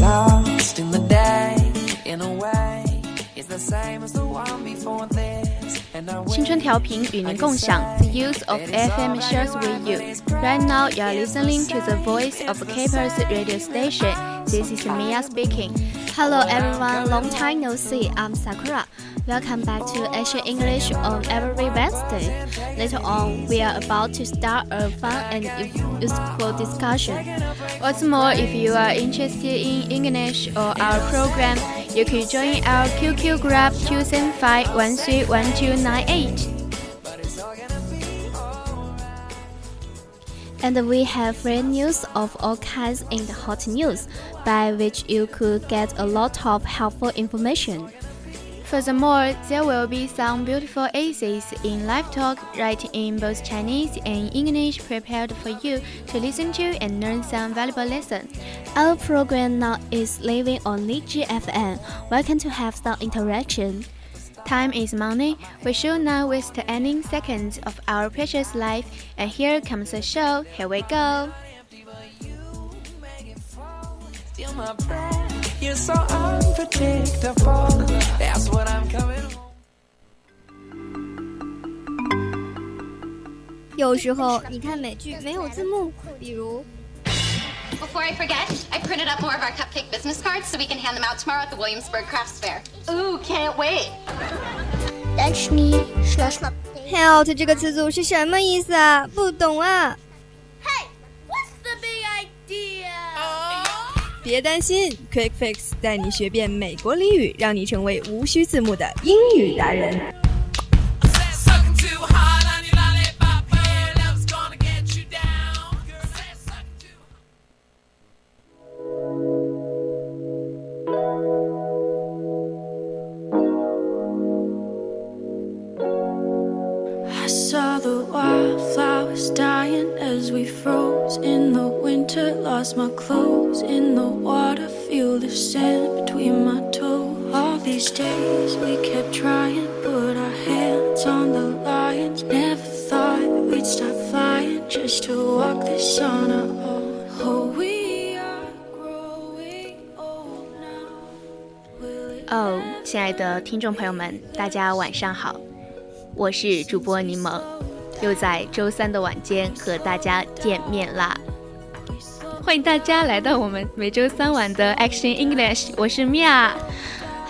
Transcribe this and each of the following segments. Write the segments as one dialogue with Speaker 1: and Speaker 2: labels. Speaker 1: Lost in the day, in a way, it's the same as the one before this. And I
Speaker 2: 青春调频与您共享，The use of FM shares with you. Right now, you are listening to the voice of Capers Radio Station. This is Mia speaking. Hello everyone, long time no see. I'm Sakura. Welcome back to Asia English on every Wednesday. Later on, we are about to start a fun and useful discussion. What's more, if you are interested in English or our program, you can join our QQ group 275131298. And we have free news of all kinds in the hot news, by which you could get a lot of helpful information. Furthermore, there will be some beautiful essays in live talk written in both Chinese and English prepared for you to listen to and learn some valuable lessons. Our program now is living on Niji FM. Welcome to have some interaction. Time is money. We should not waste any seconds of our precious life. And here comes the show. Here we go.
Speaker 1: steal my breath, you're so unpredictable. That's what I'm coming for.
Speaker 3: 有时候你看美剧没有字幕，比如
Speaker 4: Before I forget, I printed up more of our cupcake business cards so we can hand them out tomorrow at the Williamsburg Crafts Fair. Ooh, can't wait.
Speaker 3: “help” 这个词组是什么意思啊？不懂啊！
Speaker 5: 哦别担心，Quick Fix 带你学遍美国俚语，让你成为无需字幕的英语达人。
Speaker 1: Said sucking too hard on your lollipop, your love's gonna get you down. Girl, I said sucking too
Speaker 2: 哦，亲爱的听众朋友们，大家晚上好，我是主播柠檬，又在周三的晚间和大家见面啦。欢迎大家来到我们每周三晚的 Action English，我是 Mia。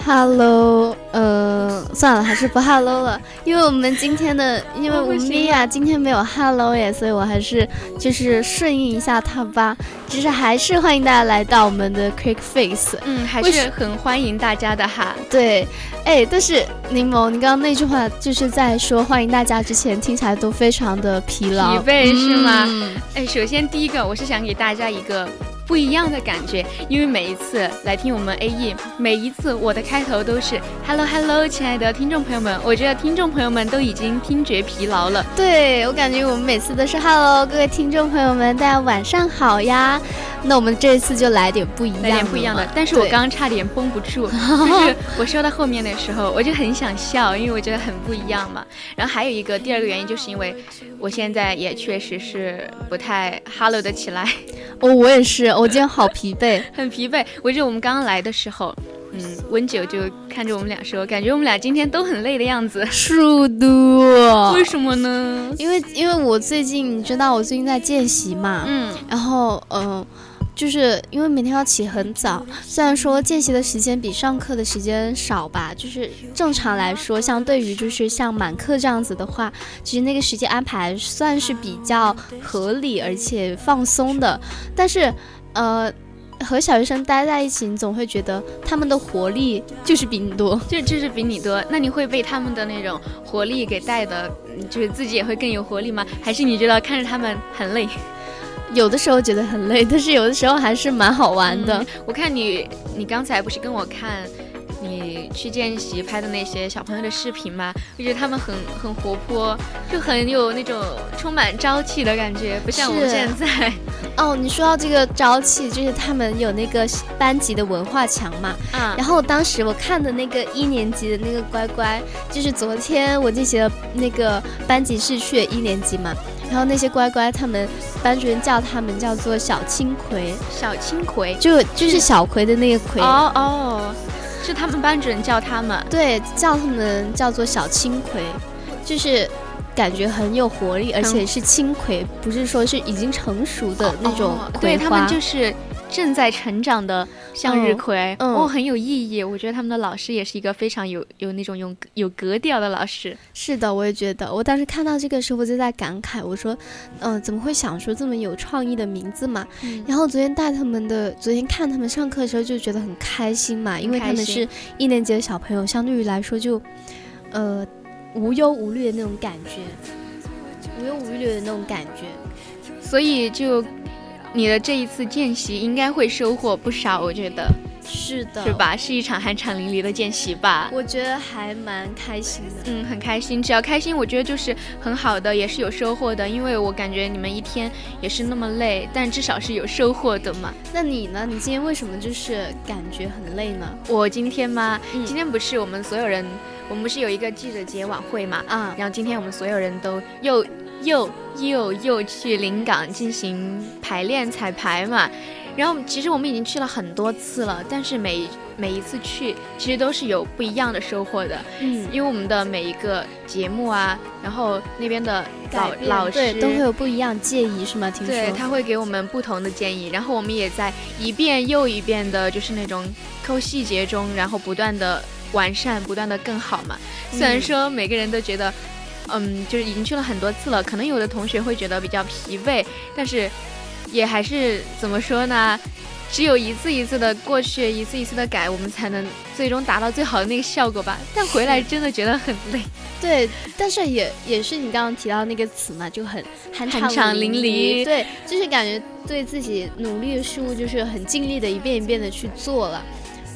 Speaker 5: Hello，呃，算了，还是不 Hello 了，因为我们今天的，因
Speaker 2: 哦
Speaker 5: 为我们米娅今天没有 Hello 耶，所以我还是就是顺应一下她吧。只是还是欢迎大家来到我们的 Quick Fix。
Speaker 2: 嗯，还
Speaker 5: 为
Speaker 2: 是很欢迎大家的哈。
Speaker 5: 对，哎，但是柠檬，你刚刚那句话就是在说欢迎大家之前，听起来都非常的疲
Speaker 2: 疲
Speaker 5: 劳。
Speaker 2: 惫是吗？
Speaker 5: 嗯
Speaker 2: 哎，首先第一个，我是想给大家一个不一样的感觉，因为每一次来听我们 A E，每一次我的开头都是 Hello Hello，亲爱的听众朋友们，我觉得听众朋友们都已经听觉疲劳了。
Speaker 5: 对我感觉我们每次都是 Hello，各位听众朋友们，大家晚上好呀。那我们这一次就来点不一样，
Speaker 2: 来点不一样的，但是我
Speaker 5: 对
Speaker 2: 刚刚差点绷不住，就是我说到后面的时候，我就很想笑，因为我觉得很不一样嘛。然后还有一个第二个原因，就是因为我现在也确实是不太 hello 的起来，
Speaker 5: 哦，我也是，我今天好疲惫。
Speaker 2: 很疲惫。我记得我们刚刚来的时候，嗯，温九就看着我们俩说，感觉我们俩今天都很累的样子，
Speaker 5: 速度
Speaker 2: 为，什么呢？
Speaker 5: 因为因为我最近你知道我最近在见习嘛，
Speaker 2: 嗯，
Speaker 5: 然后嗯、呃就是因为每天要起很早，虽然说见习的时间比上课的时间少吧，就是正常来说，相对于就是像满课这样子的话，其实那个时间安排算是比较合理而且放松的，但是呃。和小学生待在一起，你总会觉得他们的活力就是比你多。
Speaker 2: 就就是比你多，那你会被他们的那种活力给带的，嗯就是自己也会更有活力吗？还是你觉得看着他们很累？
Speaker 5: 有的时候觉得很累， 但是有的时候还是蛮好玩的。
Speaker 2: 嗯 我看你，你刚才不是跟我看你去见习拍的那些小朋友的视频吗？我觉得他们很很活泼，就很有那种充满朝气的感觉，不像我们
Speaker 5: 是
Speaker 2: 现在。
Speaker 5: 哦，你说到这个朝气，就是他们有那个班级的文化墙嘛。
Speaker 2: 啊，
Speaker 5: 然后当时我看的那个一年级的那个乖乖，就是昨天我进行了那个班级试去一年级嘛，然后那些乖乖他们班主任叫他们叫做小青葵，
Speaker 2: 小青葵。
Speaker 5: 就就是小葵的那个葵，
Speaker 2: 哦哦，是他们班主任叫他们。
Speaker 5: 对，叫他们叫做小青葵，就是感觉很有活力，而且是青葵，不是说是已经成熟的那种
Speaker 2: 哦
Speaker 5: 葵
Speaker 2: 对
Speaker 5: 花。
Speaker 2: 他们就是正在成长的向日
Speaker 5: 嗯
Speaker 2: 葵，
Speaker 5: 嗯
Speaker 2: 哦，很有意义。我觉得他们的老师也是一个非常有有那种有有格调的老师。
Speaker 5: 是的，我也觉得。我当时看到这个时候，我就在感慨，我说，嗯、怎么会想出这么有创意的名字嘛？
Speaker 2: 嗯
Speaker 5: 然后昨天带他们的，昨天看他们上课的时候就觉得很开心嘛，因为他
Speaker 2: 开
Speaker 5: 们
Speaker 2: 心
Speaker 5: 是一年级的小朋友，相对于来说就，呃，无忧无虑的那种感觉，无忧无虑的那种感觉。
Speaker 2: 所以就你的这一次见习应该会收获不少，我觉得
Speaker 5: 是的，
Speaker 2: 是？吧？是一场酣畅淋漓的见习吧。
Speaker 5: 我觉得还蛮开心的。
Speaker 2: 嗯，很开心，只要开心，我觉得就是很好的，也是有收获的。因为我感觉你们一天也是那么累，但至少是有收获的嘛。
Speaker 5: 那你呢？你今天为什么就是感觉很累呢？
Speaker 2: 我今天吗？
Speaker 5: 嗯
Speaker 2: 今天不是我们所有人，我们不是有一个记者节晚会嘛？
Speaker 5: 啊，
Speaker 2: 然后今天我们所有人都又又又又去临港进行排练彩排嘛。然后其实我们已经去了很多次了，但是每每一次去其实都是有不一样的收获的，
Speaker 5: 嗯，
Speaker 2: 因为我们的每一个节目啊，然后那边的老
Speaker 5: 改变
Speaker 2: 老师
Speaker 5: 对都会有不一样建议是吗？听说
Speaker 2: 对，他会给我们不同的建议，然后我们也在一遍又一遍的，就是那种抠细节中，然后不断的完善，不断的更好嘛。虽然说每个人都觉得，嗯，就是已经去了很多次了，可能有的同学会觉得比较疲惫，但是也还是怎么说呢？只有一次一次的过去，一次一次的改，我们才能最终达到最好的那个效果吧。但回来真的觉得很累，
Speaker 5: 对，但是也也是你刚刚提到那个词嘛，就很酣
Speaker 2: 酣畅淋
Speaker 5: 淋
Speaker 2: 漓
Speaker 5: 对，就是感觉对自己努力的事物就是很尽力的一遍一遍的去做了，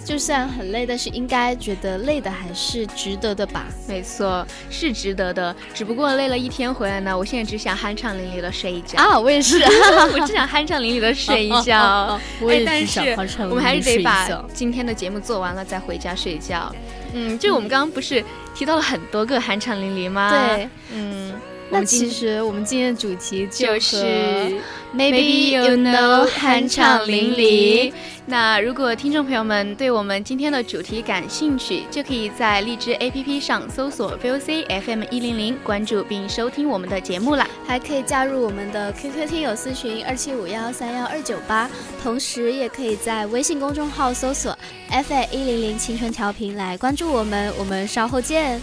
Speaker 5: 就虽然很累，但是应该觉得累的还是值得的吧。
Speaker 2: 没错，是值得的。只不过累了一天回来呢，我现在只想酣畅淋漓的睡一觉。哦
Speaker 5: 啊，我也是，
Speaker 2: 我只想酣畅淋漓的睡一觉。哎
Speaker 5: 我也
Speaker 2: 但
Speaker 5: 只想
Speaker 2: 是
Speaker 5: 酣畅
Speaker 2: 我们还是
Speaker 5: 淋漓
Speaker 2: 得
Speaker 5: 睡
Speaker 2: 把
Speaker 5: 一觉
Speaker 2: 今天的节目做完了再回家睡觉。嗯，就我们刚刚不是提到了很多个酣畅淋漓吗？，
Speaker 5: 对。
Speaker 2: 嗯，我
Speaker 5: 那
Speaker 2: 们今
Speaker 5: 其实我们今天的主题
Speaker 2: 就
Speaker 5: 和
Speaker 2: 是
Speaker 5: Maybe you know 酣畅淋漓。。
Speaker 2: 那如果听众朋友们对我们今天的主题感兴趣，就可以在荔枝 APP 上搜索 VOC FM 一零零，关注并收听我们的节目啦。
Speaker 5: 还可以加入我们的 QQ 听友私群二七五幺三幺二九八，同时也可以在微信公众号搜索 FM 一零零青春调频来关注我们，我们稍后见。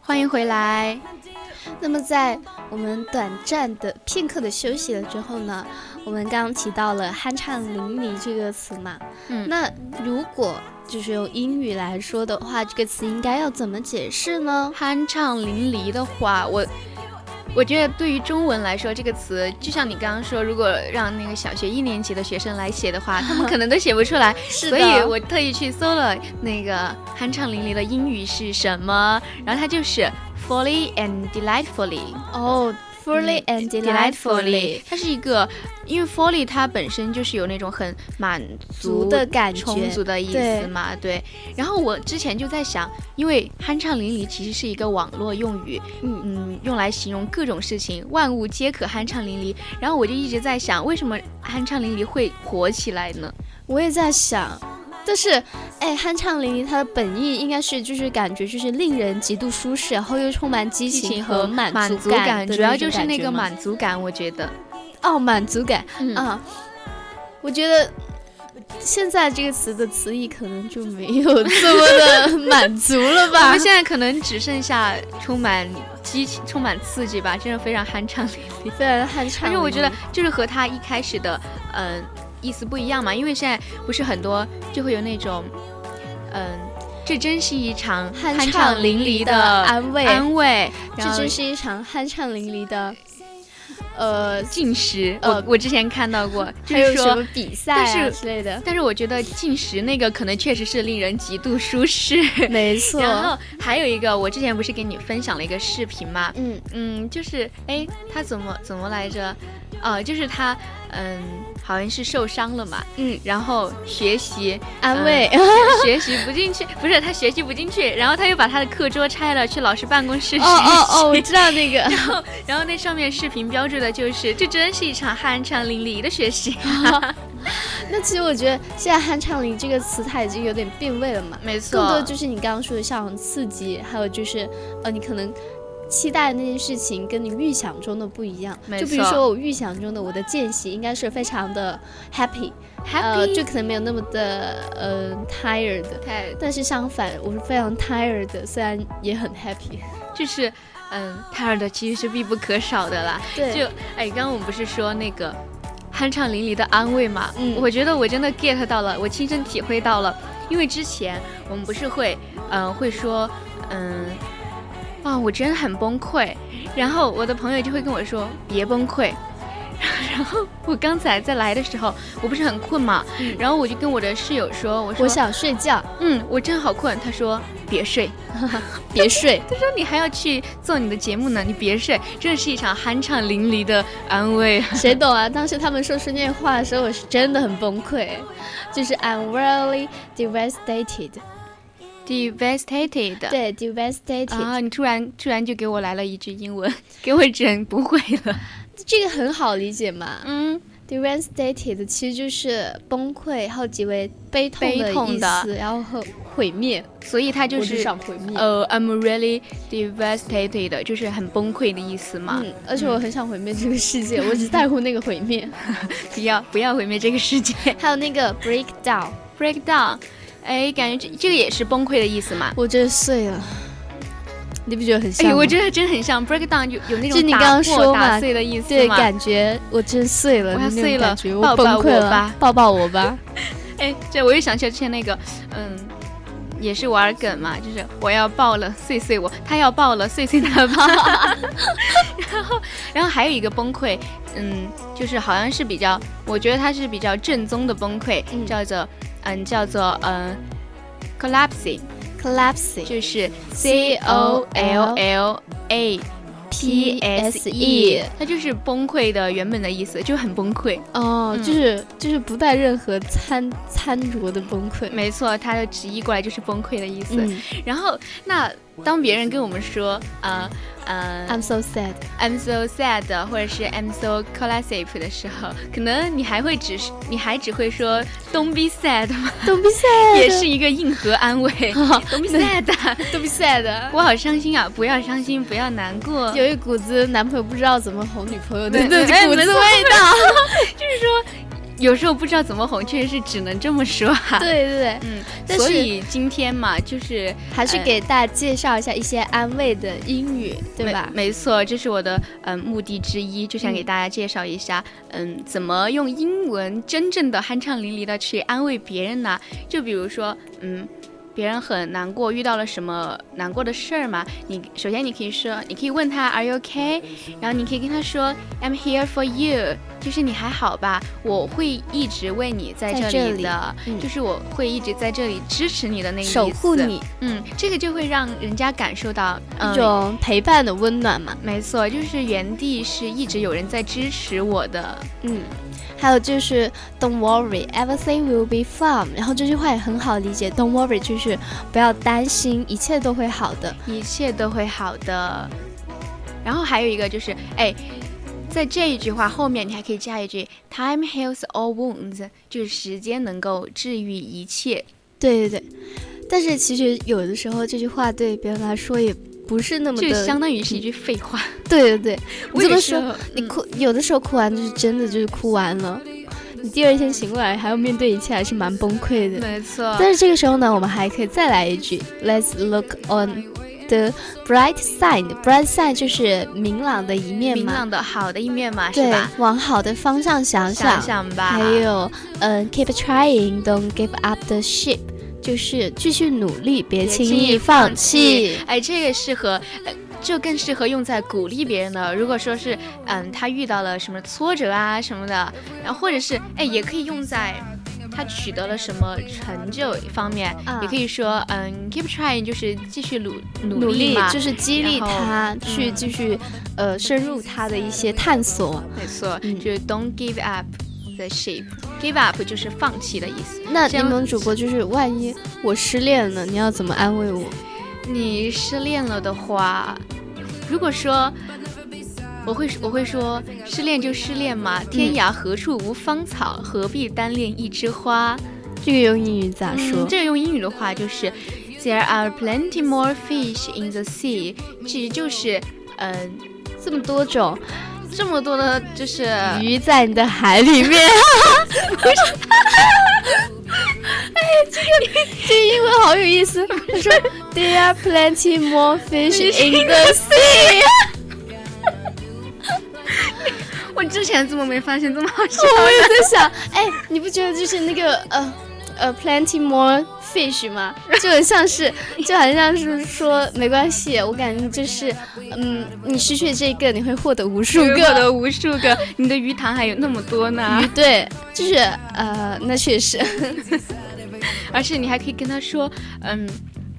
Speaker 2: 欢迎回来，
Speaker 5: 那么在我们短暂的片刻的休息了之后呢，我们刚刚提到了酣畅淋漓这个词嘛，
Speaker 2: 嗯
Speaker 5: 那如果就是用英语来说的话，这个词应该要怎么解释呢？
Speaker 2: 酣畅淋漓的话，我我觉得对于中文来说，这个词就像你刚刚说，如果让那个小学一年级的学生来写的话，他们可能都写不出来。
Speaker 5: 是
Speaker 2: 所以我特意去搜了那个酣畅淋漓的英语是什么，然后它就是 fully and delightfully。
Speaker 5: 哦、f u l l y
Speaker 2: 嗯
Speaker 5: and delightfully，
Speaker 2: 它是一个，因为 fully 它本身就是有那种很满足
Speaker 5: 足的感觉，
Speaker 2: 充足的意思嘛，对。然后我之前就在想，因为酣畅淋漓其实是一个网络用语，嗯嗯，用来形容各种事情，万物皆可酣畅淋漓。然后我就一直在想，为什么酣畅淋漓会火起来呢？
Speaker 5: 我也在想，但是，哎，酣畅淋漓，它的本意应该是就是感觉就是令人极度舒适，然后又充满激
Speaker 2: 激
Speaker 5: 情
Speaker 2: 情
Speaker 5: 和
Speaker 2: 和
Speaker 5: 满
Speaker 2: 满
Speaker 5: 足
Speaker 2: 足
Speaker 5: 感
Speaker 2: 感，
Speaker 5: 的
Speaker 2: 主要
Speaker 5: 那种
Speaker 2: 就是那
Speaker 5: 感
Speaker 2: 个
Speaker 5: 觉吗
Speaker 2: 满足感，我觉得，
Speaker 5: 哦，满足感、
Speaker 2: 嗯
Speaker 5: 啊，我觉得。现在这个词的词义可能就没有这么的满足了
Speaker 2: 我
Speaker 5: 吧
Speaker 2: 们？现在可能只剩下充满激情、充满刺激吧，真的非常酣畅淋漓。
Speaker 5: 非常酣畅
Speaker 2: 而
Speaker 5: 淋漓，
Speaker 2: 且我觉得就是和他一开始的嗯、意思不一样嘛，因为现在不是很多就会有那种嗯、这真是一场
Speaker 5: 酣
Speaker 2: 畅
Speaker 5: 畅
Speaker 2: 淋
Speaker 5: 淋
Speaker 2: 漓
Speaker 5: 漓
Speaker 2: 的
Speaker 5: 的安慰，
Speaker 2: 安慰，然
Speaker 5: 这
Speaker 2: 后
Speaker 5: 真是一场酣畅淋漓的，呃，
Speaker 2: 进食。
Speaker 5: 呃
Speaker 2: 我我之前看到 过，就
Speaker 5: 还有
Speaker 2: 是
Speaker 5: 什
Speaker 2: 说
Speaker 5: 么。比赛
Speaker 2: 但
Speaker 5: 啊
Speaker 2: 是
Speaker 5: 之类的，
Speaker 2: 但是我觉得进食那个可能确实是令人极度舒适。
Speaker 5: 没错。
Speaker 2: 然后还有一个，我之前不是给你分享了一个视频嘛，
Speaker 5: 嗯，
Speaker 2: 嗯，就是哎，他怎么怎么来着？呃，就是他，嗯，好像是受伤了嘛，
Speaker 5: 嗯，
Speaker 2: 然后学习
Speaker 5: 安 慰，
Speaker 2: 学习不进去，不是他学习不进去，然后他又把他的课桌拆了，去老师办公室学习。
Speaker 5: 哦哦哦， 我知道那个，
Speaker 2: 然后那上面视频标注的就是，这真是一场酣畅淋漓的学 习。
Speaker 5: 那其实我觉得现在酣畅淋漓这个词它已经有点变味了嘛，
Speaker 2: 没错，
Speaker 5: 更多就是你刚刚说的像刺激，还有就是呃，你可能期待的那件事情跟你预想中的不一样。
Speaker 2: 没
Speaker 5: 就比如
Speaker 2: 错
Speaker 5: 说我预想中的我的见习应该是非常的 happy，, 呃，
Speaker 2: happy，、
Speaker 5: 就可能没有那么的呃 tired。
Speaker 2: 太
Speaker 5: 但是相反，我是非常 tired，的虽然也很 happy。
Speaker 2: 就是，嗯，泰尔的其实是必不可少的啦。
Speaker 5: 对，
Speaker 2: 就哎，刚刚我们不是说那个酣畅淋漓的安慰嘛？
Speaker 5: 嗯
Speaker 2: 我觉得我真的 get 到了，我亲身体会到了。因为之前我们不是会，嗯、会说，嗯，啊，我真的很崩溃。然后我的朋友就会跟我说，别崩溃。 然后我刚才在来的时候，我不是很困嘛，然后我就跟我的室友说，我说，
Speaker 5: 嗯我想睡觉，
Speaker 2: 嗯，我真好困。他说，别睡。
Speaker 5: 别睡。
Speaker 2: 他说你还要去做你的节目呢，你别睡，这是一场酣畅淋漓的安慰。
Speaker 5: 谁懂啊？当时他们说出那话的时候，我是真的很崩溃，就是 I'm really devastated。
Speaker 2: Devastated。
Speaker 5: 对，devastated，、
Speaker 2: 啊！你突然突然就给我来了一句英文， 给我整不会了。
Speaker 5: 这个很好理解嘛。
Speaker 2: 嗯，
Speaker 5: devastated 其实就是崩溃，还有极为悲痛
Speaker 2: 悲
Speaker 5: 的
Speaker 2: 痛
Speaker 5: 意
Speaker 2: 的
Speaker 5: 思，然后和毁灭，
Speaker 2: 所以他就
Speaker 5: 我只
Speaker 2: 是
Speaker 5: 想毁灭。
Speaker 2: 呃，I'm really devastated，就是很崩溃的意思嘛。
Speaker 5: 嗯，而且我很想毁灭这个世界，我只在乎那个 毁灭。
Speaker 2: 不要不要毁灭这个世 界
Speaker 5: 还有那个 breakdown，
Speaker 2: ，breakdown。哎，感觉这这个也是崩溃的意思嘛。
Speaker 5: 我真的碎了，你不觉得很像吗？
Speaker 2: 哎，我觉得真的很像 breakdown，有有那
Speaker 5: 就
Speaker 2: 种
Speaker 5: 你
Speaker 2: 打
Speaker 5: 刚刚
Speaker 2: 破
Speaker 5: 说
Speaker 2: 打
Speaker 5: 嘛
Speaker 2: 碎的意思
Speaker 5: 对，
Speaker 2: 嘛
Speaker 5: 感觉我真碎了，
Speaker 2: 我要
Speaker 5: 那种
Speaker 2: 碎了
Speaker 5: 感觉
Speaker 2: 抱抱
Speaker 5: 我崩溃
Speaker 2: 我
Speaker 5: 了，
Speaker 2: 吧
Speaker 5: 抱抱我吧。
Speaker 2: 哎，对，我又想起来之前那个，嗯，也是玩梗嘛，就是我要爆了，碎碎我，他要爆了，碎碎他吧。 然后，然后还有一个崩溃，嗯，就是好像是比较，我觉得他是比较正宗的崩溃，
Speaker 5: 嗯
Speaker 2: 叫做，嗯，叫做，嗯。collapsing
Speaker 5: collapsing，
Speaker 2: 就是 C O L L A P S E，它就是崩溃的原本的意思，就很崩溃。
Speaker 5: 哦，
Speaker 2: 嗯
Speaker 5: 就是就是不带任何参参着的崩溃。
Speaker 2: 没错，它的直译过来就是崩溃的意思。
Speaker 5: 嗯
Speaker 2: 然后，那当别人跟我们说，呃呃
Speaker 5: ，I'm so sad。
Speaker 2: ，I'm so sad，或者是 I'm so collapsive 的时候，可能你还会只是，你还只会说 Don't be sad，吗
Speaker 5: Don't be sad，
Speaker 2: 也是一个硬核安慰。Don't be sad，啊
Speaker 5: Don't be sad。
Speaker 2: 我好伤心啊！不要伤心，不要难过。
Speaker 5: 有一股子男朋友不知道怎么哄女朋友的
Speaker 2: 对
Speaker 5: 那
Speaker 2: 对
Speaker 5: 股
Speaker 2: 没
Speaker 5: 子
Speaker 2: 错
Speaker 5: 味道。
Speaker 2: 就是说，有时候不知道怎么哄，确实是只能这么说哈、
Speaker 5: 对对对，
Speaker 2: 嗯，
Speaker 5: 但
Speaker 2: 所
Speaker 5: 是
Speaker 2: 以今天嘛，就是
Speaker 5: 还是
Speaker 2: 呃
Speaker 5: 给大家介绍一下一些安慰的英语，对
Speaker 2: 没
Speaker 5: 吧？嗯
Speaker 2: 没错，这是我的嗯目的之一，就想给大家介绍一下，嗯，怎么用英文真正的酣畅淋漓的去安慰别人呢、就比如说，嗯。别人很难过，遇到了什么难过的事儿嘛？你首先你可以说，你可以问他 Are you okay？然后你可以跟他说 I'm here for you，就是你还好吧？我会一直为你在
Speaker 5: 在
Speaker 2: 这
Speaker 5: 这里
Speaker 2: 的，
Speaker 5: 嗯
Speaker 2: 就是我会一直在这里支持你的那个
Speaker 5: 守
Speaker 2: 意
Speaker 5: 护
Speaker 2: 思
Speaker 5: 你。
Speaker 2: 嗯，这个就会让人家感受到
Speaker 5: 一
Speaker 2: 嗯
Speaker 5: 种陪伴的温暖嘛。
Speaker 2: 没错，就是原地是一直有人在支持我的。
Speaker 5: 嗯，还有就是 Don't worry, everything will be fine。然后这句话也很好理解，Don't worry 就是不要担心，一切都会好的。
Speaker 2: 一切都会好的。然后还有一个就是，哎，在这一句话后面，你还可以加一句 “Time heals all wounds”，就是时间能够治愈一切。
Speaker 5: 对对对，但是其实有的时候这句话对别人来说也不是那么
Speaker 2: 这
Speaker 5: 的，
Speaker 2: 相当于是一句废话。
Speaker 5: 对对对，你
Speaker 2: 我
Speaker 5: 这
Speaker 2: 有
Speaker 5: 么
Speaker 2: 时
Speaker 5: 说
Speaker 2: 候，
Speaker 5: 你
Speaker 2: 嗯
Speaker 5: 哭有的时候哭完就是真的就是哭完了，你第二天醒过来还要面对一切，还是蛮崩溃的。
Speaker 2: 没错，
Speaker 5: 但是这个时候呢，我们还可以再来一句，Let's look on the bright side。Bright side 就是明朗的一面
Speaker 2: 明
Speaker 5: 嘛，
Speaker 2: 朗的好的一面嘛，是
Speaker 5: 对
Speaker 2: 吧？，
Speaker 5: 往好的方向想
Speaker 2: 想想吧，
Speaker 5: 还有，嗯、k e e p trying，don't give up the ship，就是继续努力，别
Speaker 2: 别
Speaker 5: 轻
Speaker 2: 轻易
Speaker 5: 易
Speaker 2: 放
Speaker 5: 放
Speaker 2: 弃
Speaker 5: 弃。
Speaker 2: 哎，这个适合，呃，这更适合用在鼓励别人的。如果说是，嗯，他遇到了什么挫折啊什么的，然后或者是，哎，也可以用在他取得了什么成就方面，
Speaker 5: 啊
Speaker 2: 也可以说，嗯，keep trying，就是继续努努
Speaker 5: 努力
Speaker 2: 嘛，
Speaker 5: 就是激励
Speaker 2: 然后嗯
Speaker 5: 他去继续，呃，深入他的一些探索。
Speaker 2: 没错，
Speaker 5: 嗯
Speaker 2: 就是 don't give up the ship，give up 就是放弃的意思。
Speaker 5: 那
Speaker 2: 这
Speaker 5: 柠
Speaker 2: 样
Speaker 5: 檬主播就是，万一我失恋了，你要怎么安慰我？
Speaker 2: 你失恋了的话，如果说我会我会说失恋就失恋嘛，天涯何处无芳草，何必单恋一枝花？
Speaker 5: 这个用英语咋说？
Speaker 2: 嗯，这个用英语的话就是，There are plenty more fish in the sea，其实就是嗯、呃
Speaker 5: 这么多种
Speaker 2: 这么多的，就是
Speaker 5: 鱼在你的海里面， 哎不是？哎，这个这个英文好有意思。他说 There are plenty more fish in the sea。
Speaker 2: 我之前怎么没发现这么好笑？
Speaker 5: 我也在想，哎，你不觉得就是那个呃呃 plenty more fish 吗？就很像是， 就很像是说没关系，我感觉就是，嗯，你失去这个，你会获得无数
Speaker 2: 无
Speaker 5: 个
Speaker 2: 个的无数个，你的鱼塘还有那么多呢。
Speaker 5: 鱼。对，就是呃，那确实。
Speaker 2: 而且你还可以跟他说，嗯，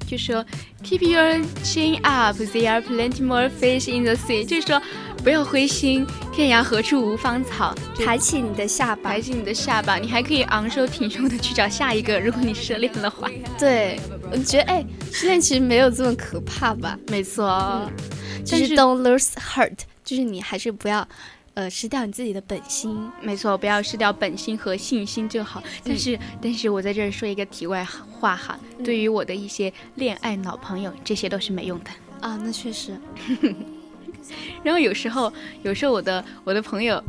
Speaker 2: 就说 keep your chin up, there are plenty more fish in the sea，就是说不要灰心，天涯何处无芳草，就
Speaker 5: 抬起你的下巴
Speaker 2: 抬，起你的下巴，你还可以昂首挺胸的去找下一个，如果你失恋的话。
Speaker 5: 对，我觉得哎，失恋其实没有这么可怕吧，嗯
Speaker 2: 没错，
Speaker 5: 就
Speaker 2: 但
Speaker 5: 是
Speaker 2: 是
Speaker 5: don't lose heart，就是你还是不要，呃，失掉你自己的本心。
Speaker 2: 没错，不要失掉本心和信心就好。但是，但是我在这儿说一个题外话哈，对于我的一些恋爱脑朋友，这些都是没用的。
Speaker 5: 啊，那确实，
Speaker 2: 然后有时候，有时候我的我的朋友，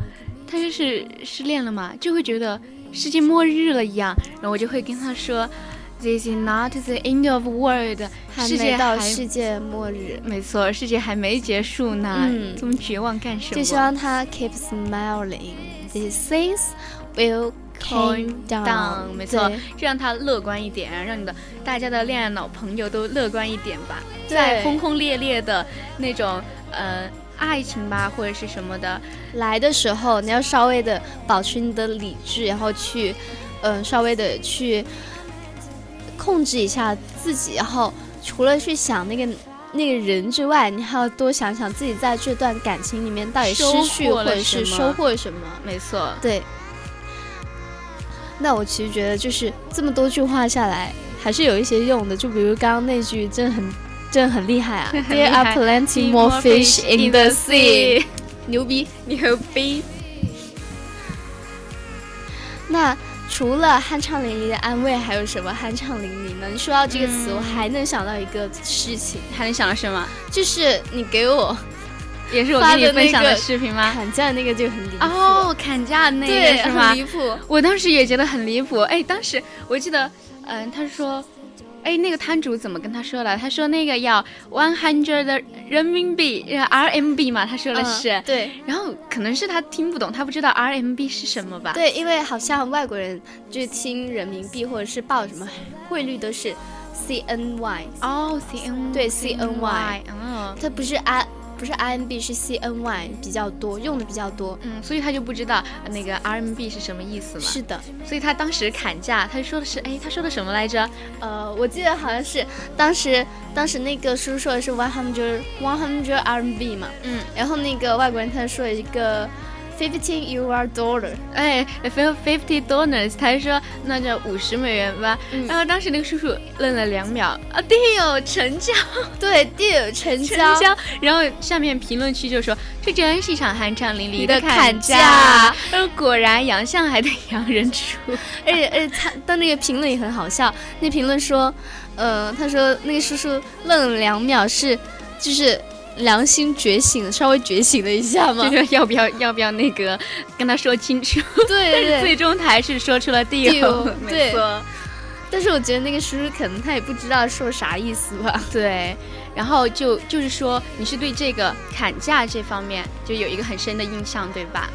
Speaker 2: 他就是失恋了嘛，就会觉得世界末日了一样，然后我就会跟他说，This is not the end of world，
Speaker 5: 还
Speaker 2: 世界
Speaker 5: 没到
Speaker 2: 还
Speaker 5: 世界末日，
Speaker 2: 没错，世界还没结束呢，
Speaker 5: 嗯
Speaker 2: 这么绝望干什么？
Speaker 5: 就希望他 keep smiling。These things will
Speaker 2: Calm
Speaker 5: calm
Speaker 2: down，
Speaker 5: down，
Speaker 2: 没错
Speaker 5: 对，
Speaker 2: 这让他乐观一点，让你的大家的恋爱脑朋友都乐观一点吧，
Speaker 5: 对
Speaker 2: 在轰轰烈烈的那种呃爱情吧或者是什么的，
Speaker 5: 来的时候你要稍微的保持你的理智，然后去，嗯、稍微的去控制一下自己，然后除了去想那个那个人之外，你还要多想想自己在这段感情里面到底失
Speaker 2: 收
Speaker 5: 去
Speaker 2: 获
Speaker 5: 或
Speaker 2: 了
Speaker 5: 者是
Speaker 2: 什么
Speaker 5: 收获什么。
Speaker 2: 没错，
Speaker 5: 对。那我其实觉得，就是这么多句话下来，还是有一些用的。就比如刚刚那句，真的很，真的很厉 害啊！There
Speaker 2: 厉害
Speaker 5: are plenty more fish in the sea，牛逼！
Speaker 2: 牛逼！
Speaker 5: 那除了酣畅淋漓的安慰，还有什么酣畅淋漓呢？你说到这嗯个词，我还能想到一个事情，
Speaker 2: 还能想到什么？
Speaker 5: 就是你给我
Speaker 2: 也是我
Speaker 5: 发
Speaker 2: 跟你
Speaker 5: 的
Speaker 2: 分
Speaker 5: 那
Speaker 2: 享的
Speaker 5: 个
Speaker 2: 视频吗？
Speaker 5: 砍价那个就很离谱，
Speaker 2: 哦，砍价那
Speaker 5: 对，
Speaker 2: 个是吗
Speaker 5: 很？离谱。
Speaker 2: 我当时也觉得很离谱。哎，当时我记得，嗯、他说，哎，那个摊主怎么跟他说了？他说那个要 one hundred 的人民币呃，RMB 嘛，他说了是。
Speaker 5: 嗯对
Speaker 2: 然后可能是他听不懂，他不知道 RMB 是什么吧？
Speaker 5: 对，因为好像外国人就听人民币或者是报什么汇率都是 CNY，
Speaker 2: 哦，CN
Speaker 5: 对 CNY
Speaker 2: 嗯
Speaker 5: 它不是 I 不是 INB 是 CNY 比较多，用的比较多。
Speaker 2: 嗯，所以他就不知道呃那个 RMB 是什么意思嘛？
Speaker 5: 是的，
Speaker 2: 所以他当时砍价，他说的是，哎，他说的什么来着？
Speaker 5: 呃，我记得好像是当时当时那个叔叔说的是 one hundred one hundred RMB 嘛，
Speaker 2: 嗯，
Speaker 5: 然后那个外国人他说了一个 fifteen euro dollar，
Speaker 2: 哎，fifty dollars，他说那就五十美元吧。
Speaker 5: 嗯
Speaker 2: 然后当时那个叔叔愣了两秒，啊，deal 成交，
Speaker 5: 对，deal 成
Speaker 2: 成
Speaker 5: 交。
Speaker 2: 交。然后下面评论区就说，这真是一场酣畅淋漓
Speaker 5: 你的
Speaker 2: 砍
Speaker 5: 砍
Speaker 2: 价。他说呃果然洋相还得洋人出。
Speaker 5: 而且而且他但那个评论也很好笑，那评论说，呃，他说那个叔叔愣了两秒是，就是良心觉醒，稍微觉醒了一下嘛
Speaker 2: 就。是要不要要不要那个跟他说清楚？
Speaker 5: 对
Speaker 2: 最
Speaker 5: 对对。
Speaker 2: 终还是说出了 deal，
Speaker 5: deal，
Speaker 2: 没
Speaker 5: 对
Speaker 2: 错。
Speaker 5: 但是我觉得那个叔叔可能他也不知道说啥意思吧。
Speaker 2: 对，然后就就是说你是对这个砍价这方面就有一个很深的印象，对吧？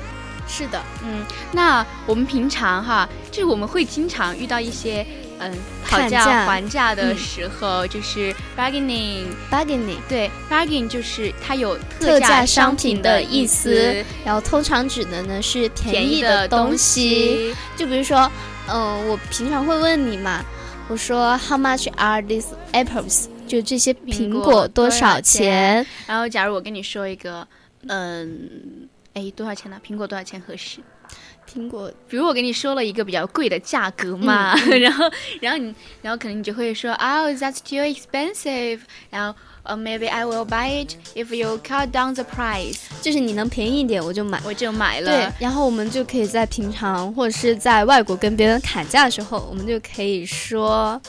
Speaker 5: 是的，
Speaker 2: 嗯，那我们平常哈，就是我们会经常遇到一些嗯讨
Speaker 5: 砍
Speaker 2: 价
Speaker 5: 价嗯
Speaker 2: 还价的时候，就是 bargaining，
Speaker 5: bargaining，
Speaker 2: 对 bargaining 就是它有
Speaker 5: 特
Speaker 2: 价
Speaker 5: 价
Speaker 2: 商
Speaker 5: 商
Speaker 2: 品
Speaker 5: 品
Speaker 2: 的
Speaker 5: 的
Speaker 2: 意
Speaker 5: 意
Speaker 2: 思
Speaker 5: 思，然后通常指的呢是
Speaker 2: 便
Speaker 5: 便
Speaker 2: 宜
Speaker 5: 宜的
Speaker 2: 东
Speaker 5: 东西，。就比如说，嗯、我平常会问你嘛，我说 How much are these apples？就这些
Speaker 2: 苹
Speaker 5: 苹
Speaker 2: 果
Speaker 5: 果
Speaker 2: 多
Speaker 5: 多
Speaker 2: 少
Speaker 5: 少钱？
Speaker 2: 然后假如我跟你说一个，嗯，哎，多少钱呢？苹果多少钱合适？
Speaker 5: 苹果
Speaker 2: 比如我给你说了一个比较贵的价格嘛，
Speaker 5: 嗯
Speaker 2: 然后然后你然后可能你就会说，Oh, that's too expensive。然后呃、m a y b e I will buy it if you cut down the price。
Speaker 5: 就是你能便宜一点我就买。
Speaker 2: 我就买
Speaker 5: 对
Speaker 2: 了。，
Speaker 5: 然后我们就可以在平常或者是在外国跟别人砍价的时候，我们就可以说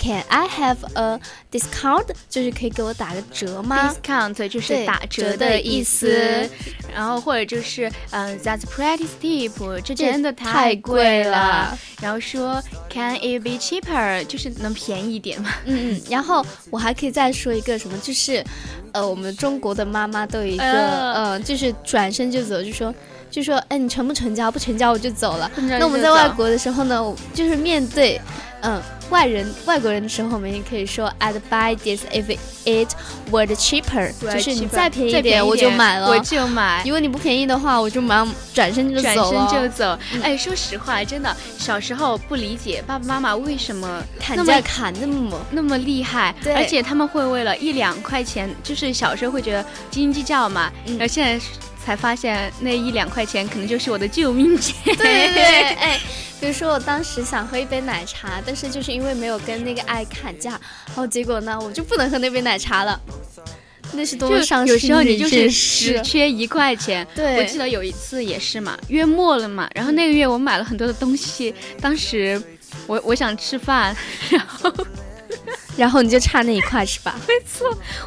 Speaker 5: ，Can I have a discount？就是可以给我打个折吗？
Speaker 2: Discount 就是
Speaker 5: 对
Speaker 2: 打折
Speaker 5: 折的
Speaker 2: 意
Speaker 5: 意
Speaker 2: 思，
Speaker 5: 思
Speaker 2: 然后或者就是嗯、t h a t s pretty steep，这
Speaker 5: 这
Speaker 2: 真的太
Speaker 5: 太
Speaker 2: 贵
Speaker 5: 贵
Speaker 2: 了
Speaker 5: 了。
Speaker 2: 然后说 Can it be cheaper？就是能便宜一点吗？
Speaker 5: 嗯嗯，然后我还可以再说一个什么，就是，呃，我们中国的妈妈都有一个，
Speaker 2: 呃
Speaker 5: 呃，就是转身就走，就说，就说，哎，你成不成交？不成交我就走了。
Speaker 2: 成交
Speaker 5: 那
Speaker 2: 就
Speaker 5: 我们在
Speaker 2: 走
Speaker 5: 外国的时候呢，我就是面对，嗯、外人外国人的时候，我们也可以说，I'd buy this if it were cheaper，就是你再便宜
Speaker 2: 再
Speaker 5: 一点我就买了
Speaker 2: 我。就买。
Speaker 5: 如果你不便宜的话，我就马上转身就
Speaker 2: 转
Speaker 5: 走
Speaker 2: 身
Speaker 5: 了。嗯
Speaker 2: 就走。哎，说实话，真的，小时候不理解爸爸妈妈为什么那
Speaker 5: 砍
Speaker 2: 么
Speaker 5: 价砍那么猛。
Speaker 2: 那么厉害，
Speaker 5: 对
Speaker 2: 而且他们会为了一两块钱，就是小时候会觉得斤斤计较嘛，
Speaker 5: 嗯
Speaker 2: 然后现在才发现那一两块钱可能就是我的救命钱。
Speaker 5: 对 对对，哎，比如说我当时想喝一杯奶茶，但是就是因为没有跟那个爱砍价，然后结果呢，我就不能喝那杯奶茶了。那是多么伤
Speaker 2: 就
Speaker 5: 心
Speaker 2: 有时候
Speaker 5: 的
Speaker 2: 你
Speaker 5: 一
Speaker 2: 就
Speaker 5: 件
Speaker 2: 是
Speaker 5: 事
Speaker 2: 只缺一块钱。
Speaker 5: 对
Speaker 2: 我记得有一次也是嘛，月末了嘛，然后那个月我买了很多的东西，当时我我想吃饭，然后
Speaker 5: 然后你就差那一块 是吧？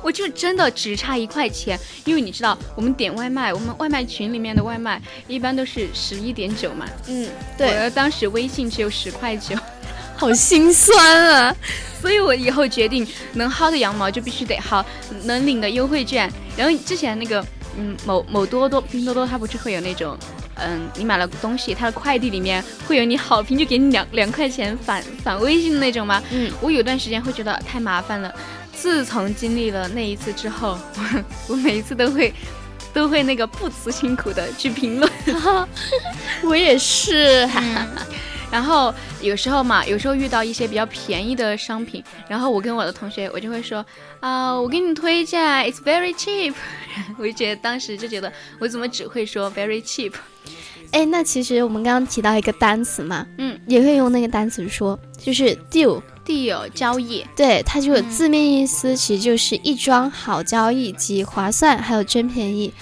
Speaker 2: 我就真的只差一块钱，因为你知道，我们点外卖，我们外卖群里面的外卖一般都是十一点九嘛。
Speaker 5: 嗯，
Speaker 2: 我
Speaker 5: 对，
Speaker 2: 的当时微信只有十块九，
Speaker 5: 好心酸啊！
Speaker 2: 所以我以后决定能薅的羊毛就必须得薅，能领的优惠券。然后之前那个，嗯，某某多多、拼多多，它不是会有那种，嗯，你买了东西，它的快递里面会有你好评，就给你两两块钱返返微信的那种吗？
Speaker 5: 嗯，
Speaker 2: 我有段时间会觉得太麻烦了。自从经历了那一次之后，我我每一次都会都会那个不辞辛苦的去评论。
Speaker 5: 我也是，
Speaker 2: 嗯然后有时候嘛，有时候遇到一些比较便宜的商品，然后我跟我的同学，我就会说啊、我给你推荐，it's very cheap。我 就觉得当时就觉得我怎么只会说 very cheap？
Speaker 5: 哎，那其实我们刚刚提到一个单词嘛，
Speaker 2: 嗯，
Speaker 5: 也可以用那个单词说，就是 deal，
Speaker 2: deal 交易，
Speaker 5: 对，它就有
Speaker 2: 嗯
Speaker 5: 字面意思，其实就是一桩好交易及划算，还有真便宜。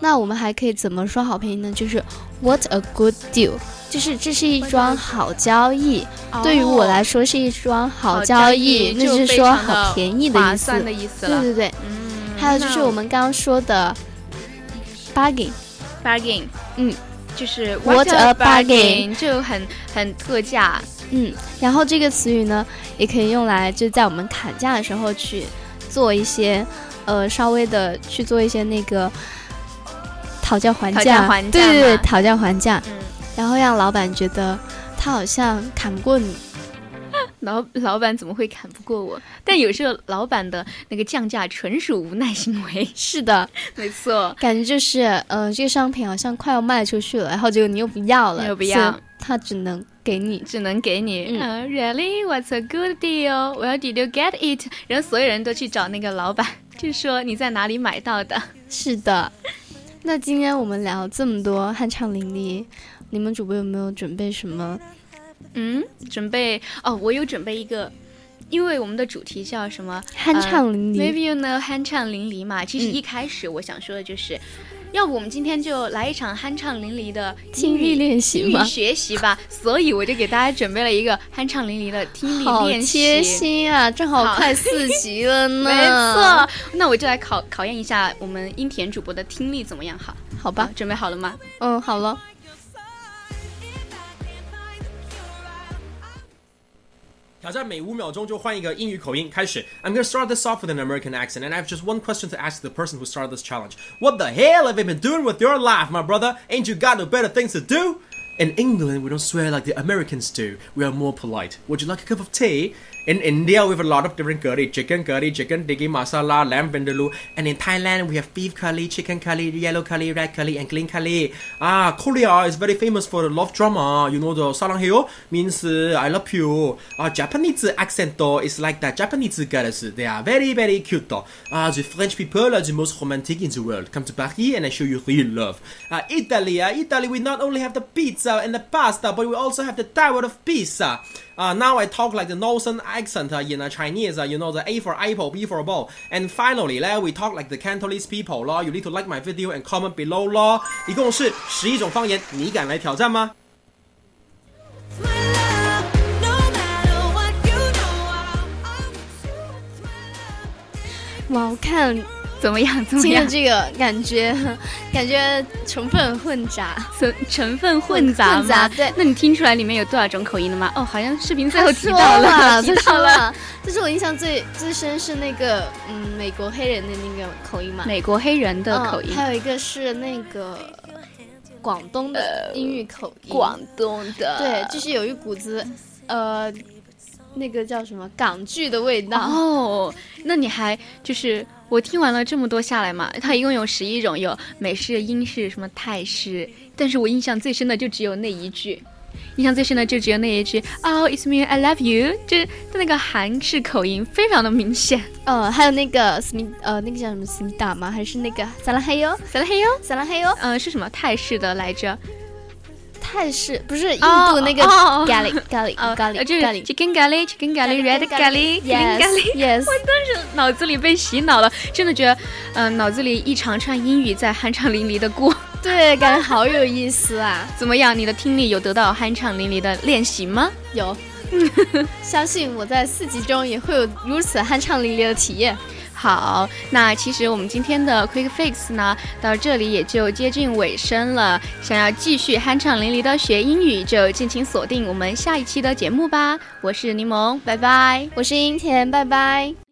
Speaker 5: 那我们还可以怎么说好便宜呢？就是 What a good deal，就是这是一桩好交易。
Speaker 2: 哦
Speaker 5: 对于我来说是一桩好交易，那
Speaker 2: 就是
Speaker 5: 说好便宜的
Speaker 2: 划
Speaker 5: 意思嗯
Speaker 2: 算。的意思
Speaker 5: 对
Speaker 2: 了。
Speaker 5: 对对，
Speaker 2: 嗯
Speaker 5: 还有就是我们刚刚说的 bargain。
Speaker 2: bargain，
Speaker 5: 嗯，
Speaker 2: 就是
Speaker 5: What a bargain
Speaker 2: 就很很特价。
Speaker 5: 嗯，然后这个词语呢，也可以用来就在我们砍价的时候去做一些，呃，稍微的去做一些那个讨价还价，
Speaker 2: 讨价还价
Speaker 5: 对对对，
Speaker 2: 嘛
Speaker 5: 讨价还价，
Speaker 2: 嗯，
Speaker 5: 然后让老板觉得他好像砍不过你。
Speaker 2: 老老板怎么会砍不过我？但有时候老板的那个降价纯属无奈行为。
Speaker 5: 是的，
Speaker 2: 没错，
Speaker 5: 感觉就是，呃，这个商品好像快要卖出去了，然后结果你又不要了，
Speaker 2: 又不要，
Speaker 5: 他只能给你。
Speaker 2: 只能给你。
Speaker 5: 嗯
Speaker 2: 嗯、really, what's a good deal? Where did you get it? 然后所有人都去找那个老板， 就说你在哪里买到的？
Speaker 5: 是的，那今天我们聊这么多酣畅淋漓，你们主播有没有准备什么？
Speaker 2: 嗯，准备哦，我有准备一个，因为我们的主题叫什么？
Speaker 5: 酣畅淋漓。
Speaker 2: 呃 Maybe you know 酣畅淋漓嘛。其实
Speaker 5: 嗯
Speaker 2: 一开始我想说的就是，要不我们今天就来一场酣畅淋漓的
Speaker 5: 听力练习
Speaker 2: 英语
Speaker 5: 吗？
Speaker 2: 学习吧。所以我就给大家准备了一个酣畅淋漓的听力
Speaker 5: 好
Speaker 2: 练习。
Speaker 5: 贴心啊，正好
Speaker 2: 好
Speaker 5: 快四级了 呢。
Speaker 2: 没，错，那我就来考考验一下我们音田主播的听力怎么样？好，
Speaker 5: 好
Speaker 2: 吧
Speaker 5: 吧，，
Speaker 2: 准备好了吗？
Speaker 5: 嗯，好了。
Speaker 6: 挑战每五秒钟就换一个英语口音开始。I'm gonna start this off with an American accent, and I have just one question to ask the person who started this challenge. What the hell have you been doing with your life, my brother? Ain't you got no better things to do? In England, we don't swear like the Americans do. We are more polite. Would you like a cup of tea? In India, we have a lot of different curry chicken curry, chicken tikka masala, lamb vindaloo. And in Thailand, we have beef curry, chicken curry, yellow curry, red curry, and green curry. Ah, Korea is very famous for the love drama. You know the 사랑해요 means uh, I love you. Ah, Japanese accent though is like that. Japanese girls, they are very, very cute though. Ah, the French people are the most romantic in the world. Come to Paris and I show you real love. Ah, Italy, ah, Italy, we not only have the pizza and the pasta, but we also have the tower of pizza. Uh, now I talk like the northern accent uh, in uh, Chinese, uh, you know, the A for apple, B for ball. And finally, uh, we talk like the Cantonese people. Uh, you need to like my video and comment below. Uh, 一共是十一种方言，你敢来挑战吗？
Speaker 5: 哇，我看
Speaker 2: 怎么样？怎么
Speaker 5: 听
Speaker 2: 样
Speaker 5: 着？这个感觉， 感觉成分很混杂。
Speaker 2: 成成分混杂
Speaker 5: 混杂
Speaker 2: 吗
Speaker 5: 对
Speaker 2: 那你听出来里面有多少种口音了吗？哦，好像视频最后
Speaker 5: 他
Speaker 2: 提
Speaker 5: 说
Speaker 2: 到
Speaker 5: 了，
Speaker 2: 提
Speaker 5: 他
Speaker 2: 到
Speaker 5: 说
Speaker 2: 了。
Speaker 5: 了，就是我印象最最深是那个嗯美国黑人的那个口音嘛，
Speaker 2: 美国黑人的
Speaker 5: 嗯
Speaker 2: 口音，
Speaker 5: 还有一个是那个广东的英语口音，
Speaker 2: 东的
Speaker 5: 对，就是有一股子呃那个叫什么港剧的味道。
Speaker 2: 哦，那你还就是我听完了这么多下来嘛，它一共有十一种，有美式、英式、什么泰式，但是我印象最深的就只有那一句。印象最深的就只有那一句，Oh, it's me, I love you。这它那个韩式口音非常的明显。
Speaker 5: 呃，还有那个思密呃那个叫什么思密达吗？还是那个撒拉嘿哟
Speaker 2: 撒拉嘿哟，
Speaker 5: 撒拉嘿哟
Speaker 2: 呃，是什么泰式的来着？
Speaker 5: 泰式不是印
Speaker 2: 哦
Speaker 5: 度那个
Speaker 2: 哦哦
Speaker 5: garlic garlic
Speaker 2: 哦，
Speaker 5: garlic
Speaker 2: 呃就是
Speaker 5: garlic
Speaker 2: chicken garlic chicken garlic red garlic green garlic。
Speaker 5: yes yes
Speaker 2: 我当时脑子里被洗脑了，真的觉得，嗯、脑子里一长串英语在酣畅淋漓的过。
Speaker 5: 对，感觉好有意思啊。
Speaker 2: 怎么样？你的听力有得到酣畅淋漓的练习吗？
Speaker 5: 有，相信我在四级中也会有如此酣畅淋漓的体验。
Speaker 2: 好，那其实我们今天的 Quick Fix 呢，到这里也就接近尾声了。想要继续酣畅淋漓的学英语，就敬请锁定我们下一期的节目吧。我是柠檬，拜拜。
Speaker 5: 我是樱田，拜拜。